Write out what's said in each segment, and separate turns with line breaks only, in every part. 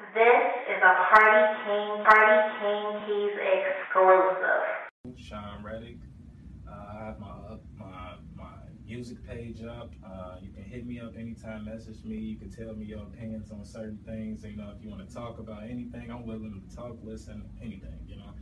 This is a Party King, Party King Keys exclusive.
Sean Reddick. Uh, I have my up, my my music page up. Uh, you can hit me up anytime, message me. You can tell me your opinions on certain things. You know, if you want to talk about anything, I'm willing to talk, listen, anything. You know,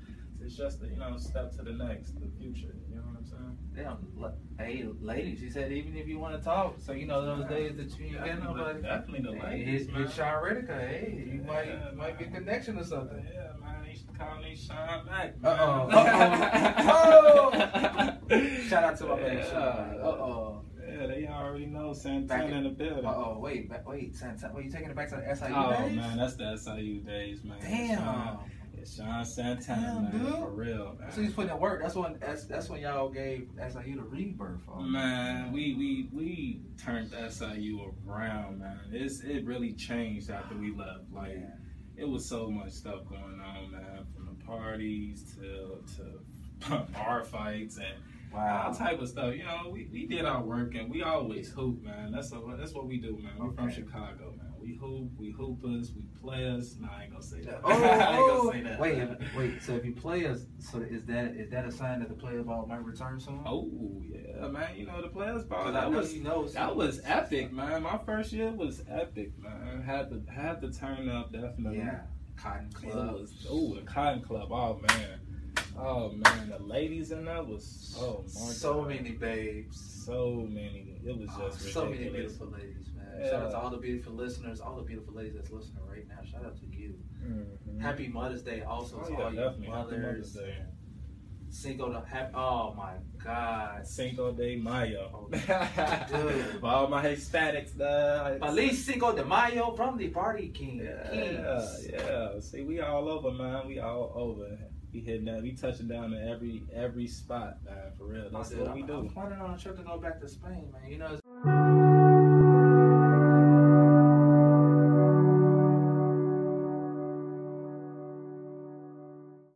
it's just you know step to the next, the future. You know what I'm saying?
Damn, la- hey, lady, she said even if you want to talk, so you know those days that you ain't got nobody.
Definitely the
Hey,
ladies,
his
man.
his Sean Redica, hey, you might
Yeah,
might be a
man.
connection or something.
Yeah, man. They used to call me Sean back.
Uh oh, uh oh, Shout out to my man Sean. Uh oh,
Yeah, they already know
Back
Santana
it.
in the building.
uh oh, wait, ba- wait, Sam, Sam, wait, you taking it back to the SIU
Oh
days?
man, that's the SIU days, man.
Damn.
Yeah, Sean Santana,
Damn,
man,
dude.
for real, man.
So he's putting in work. That's when that's, that's when y'all gave SIU the rebirth. on.
Oh, Man, we we we turned SIU around, man. It's it really changed after we left. Like
Yeah.
it was so much stuff going on, man, from the parties to to bar fights and all
wow.
type of stuff. You know, we, we did our work and we always hoop, man. That's a, that's what we do, man. We're from
Okay.
Chicago, man. We hoop, we hoopers, we players. Nah, I ain't gonna say that.
Oh,
I ain't
oh.
gonna say that.
wait, if- wait. So if you play us, so is that is that a sign that the player ball might return soon?
Oh yeah, man. You know the players ball.
'Cause I
Oh, That
know
was
you know
that was epic, man. My first year was epic, man. Had to had to turn up definitely.
Yeah, Cotton
It
Club.
was oh a cotton club. Oh man. Oh man, the ladies in that was oh my
so
God.
many babes.
so many. It was
Oh,
just
so many
ridiculous.
beautiful ladies, man. Shout out to
Yeah.
all the beautiful listeners, all the beautiful ladies that's listening right now. Shout out to you.
Mhm.
Happy Mother's Day also
Oh,
to
yeah,
all your
definitely. Happy Mother's
mothers.
Day.
Cinco de Happy. Oh my God.
Cinco de
Oh,
Mayo.
Dude.
For all my Hispanics, dog.
Feliz Cinco de Mayo from the Party King.
Yeah,
Kings.
yeah. See, we all over, man. We all over. We hitting that. We touching down in every every spot, man. For real,
Oh,
that's
dude,
what
I'm,
we
I'm
do.
planning on a trip to go back to Spain, man. You know, it's-